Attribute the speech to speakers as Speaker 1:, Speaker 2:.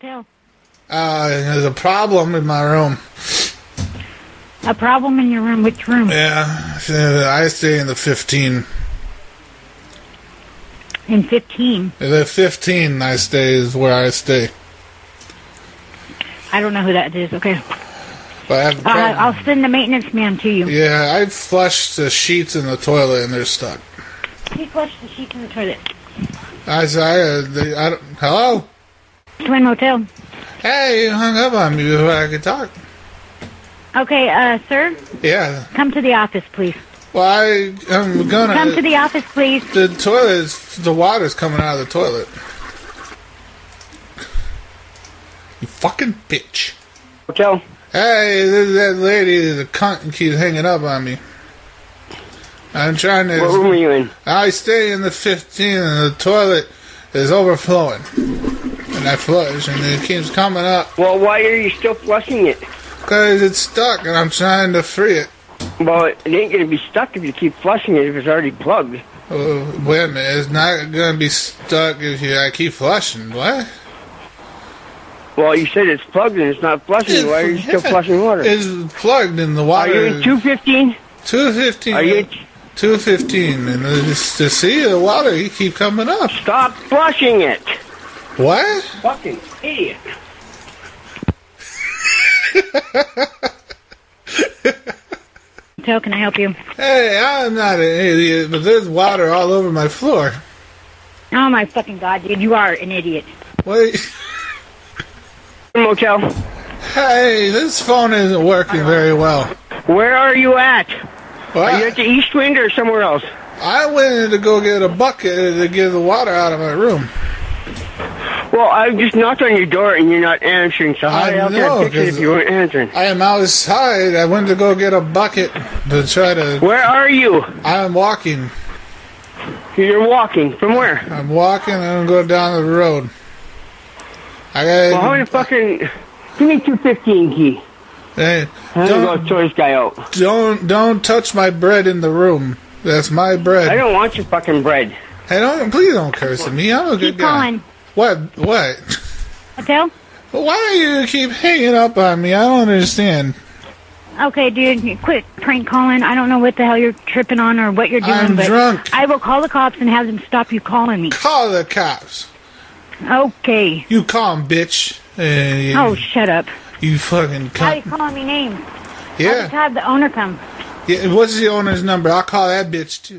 Speaker 1: tell?
Speaker 2: Uh, there's a problem in my room.
Speaker 1: A problem in your room? Which room?
Speaker 2: Yeah, I stay in the 15.
Speaker 1: In 15.
Speaker 2: The 15 I stay is where I stay.
Speaker 1: I don't know who that is. Okay.
Speaker 2: But I have a
Speaker 1: Uh,
Speaker 2: problem.
Speaker 1: I'll send the maintenance man to you.
Speaker 2: yeah, I flushed the sheets in the toilet and they're stuck.
Speaker 1: He flushed the sheets in the toilet.
Speaker 2: I said, I, uh, they, I don't, hello?
Speaker 1: Twin Hotel.
Speaker 2: Hey, you hung up on me before I could talk.
Speaker 1: Okay, uh, sir,
Speaker 2: Yeah.
Speaker 1: come to the office, please.
Speaker 2: Well, I, I'm gonna.
Speaker 1: Come to the office, please.
Speaker 2: the toilet's the water's coming out of the toilet. You fucking bitch.
Speaker 3: Hotel.
Speaker 2: Hey, this, that lady is a cunt and keeps hanging up on me. I'm trying to.
Speaker 3: What room were you in?
Speaker 2: I stay in the 15 and the toilet is overflowing. And I flush and it keeps coming up
Speaker 3: Well, why are you still flushing it?
Speaker 2: because it's stuck and I'm trying to free it.
Speaker 3: Well, it ain't gonna be stuck if you keep flushing it if it's already plugged.
Speaker 2: Oh, wait a minute, it's not gonna be stuck if you, I keep flushing. What?
Speaker 3: Well, you said it's plugged and it's not flushing. Why are you still flushing water?
Speaker 2: It's plugged in the
Speaker 3: Are
Speaker 2: water.
Speaker 3: you in 215?
Speaker 2: Two fifteen.
Speaker 3: Are you-
Speaker 2: Two fifteen, and it's to see the water you keep coming up.
Speaker 3: Stop flushing it!
Speaker 2: What?
Speaker 3: Fucking idiot.
Speaker 1: Hotel, can I help you?
Speaker 2: Hey, I'm not an idiot, but there's water all over my floor.
Speaker 1: Oh my fucking god, dude, you are an idiot.
Speaker 2: Wait,
Speaker 3: Motel.
Speaker 2: hey, this phone isn't working very well.
Speaker 3: Where are you at? Are you at
Speaker 2: What?
Speaker 3: the East Wind or somewhere else?
Speaker 2: I went in to go get a bucket to get the water out of my room.
Speaker 3: Well, I just knocked on your door and you're not answering, so how
Speaker 2: I
Speaker 3: the hell can
Speaker 2: know,
Speaker 3: I fix it if
Speaker 2: 'cause-
Speaker 3: you weren't answering?
Speaker 2: I am outside. I went to go get a bucket to try to.
Speaker 3: Where are you?
Speaker 2: I'm walking.
Speaker 3: You're walking. From where?
Speaker 2: I'm walking and I'm going down the road. I gotta.
Speaker 3: Well, how many fucking... Give me 215 key.
Speaker 2: Hey,
Speaker 3: I'm
Speaker 2: don't-
Speaker 3: gonna go throw this guy out.
Speaker 2: Don't don't touch my bread in the room. That's my bread.
Speaker 3: I don't want your fucking bread.
Speaker 2: Hey, don't please don't curse at me. I'm a good
Speaker 1: Keep
Speaker 2: guy.
Speaker 1: calling.
Speaker 2: What what?
Speaker 1: Hotel?
Speaker 2: Why do you keep hanging up on me? I don't understand.
Speaker 1: Okay, dude, you quit prank calling. I don't know what the hell you're tripping on or what you're doing,
Speaker 2: I'm
Speaker 1: but
Speaker 2: drunk.
Speaker 1: I will call the cops and have them stop you calling me.
Speaker 2: Call the cops.
Speaker 1: Okay.
Speaker 2: You call 'em, bitch. And you,
Speaker 1: Oh, shut up.
Speaker 2: you fucking
Speaker 1: Why are you
Speaker 2: cunt.
Speaker 1: calling me names? I'll just
Speaker 2: Yeah.
Speaker 1: have the owner come.
Speaker 2: yeah. What's the owner's number? I'll call that bitch too.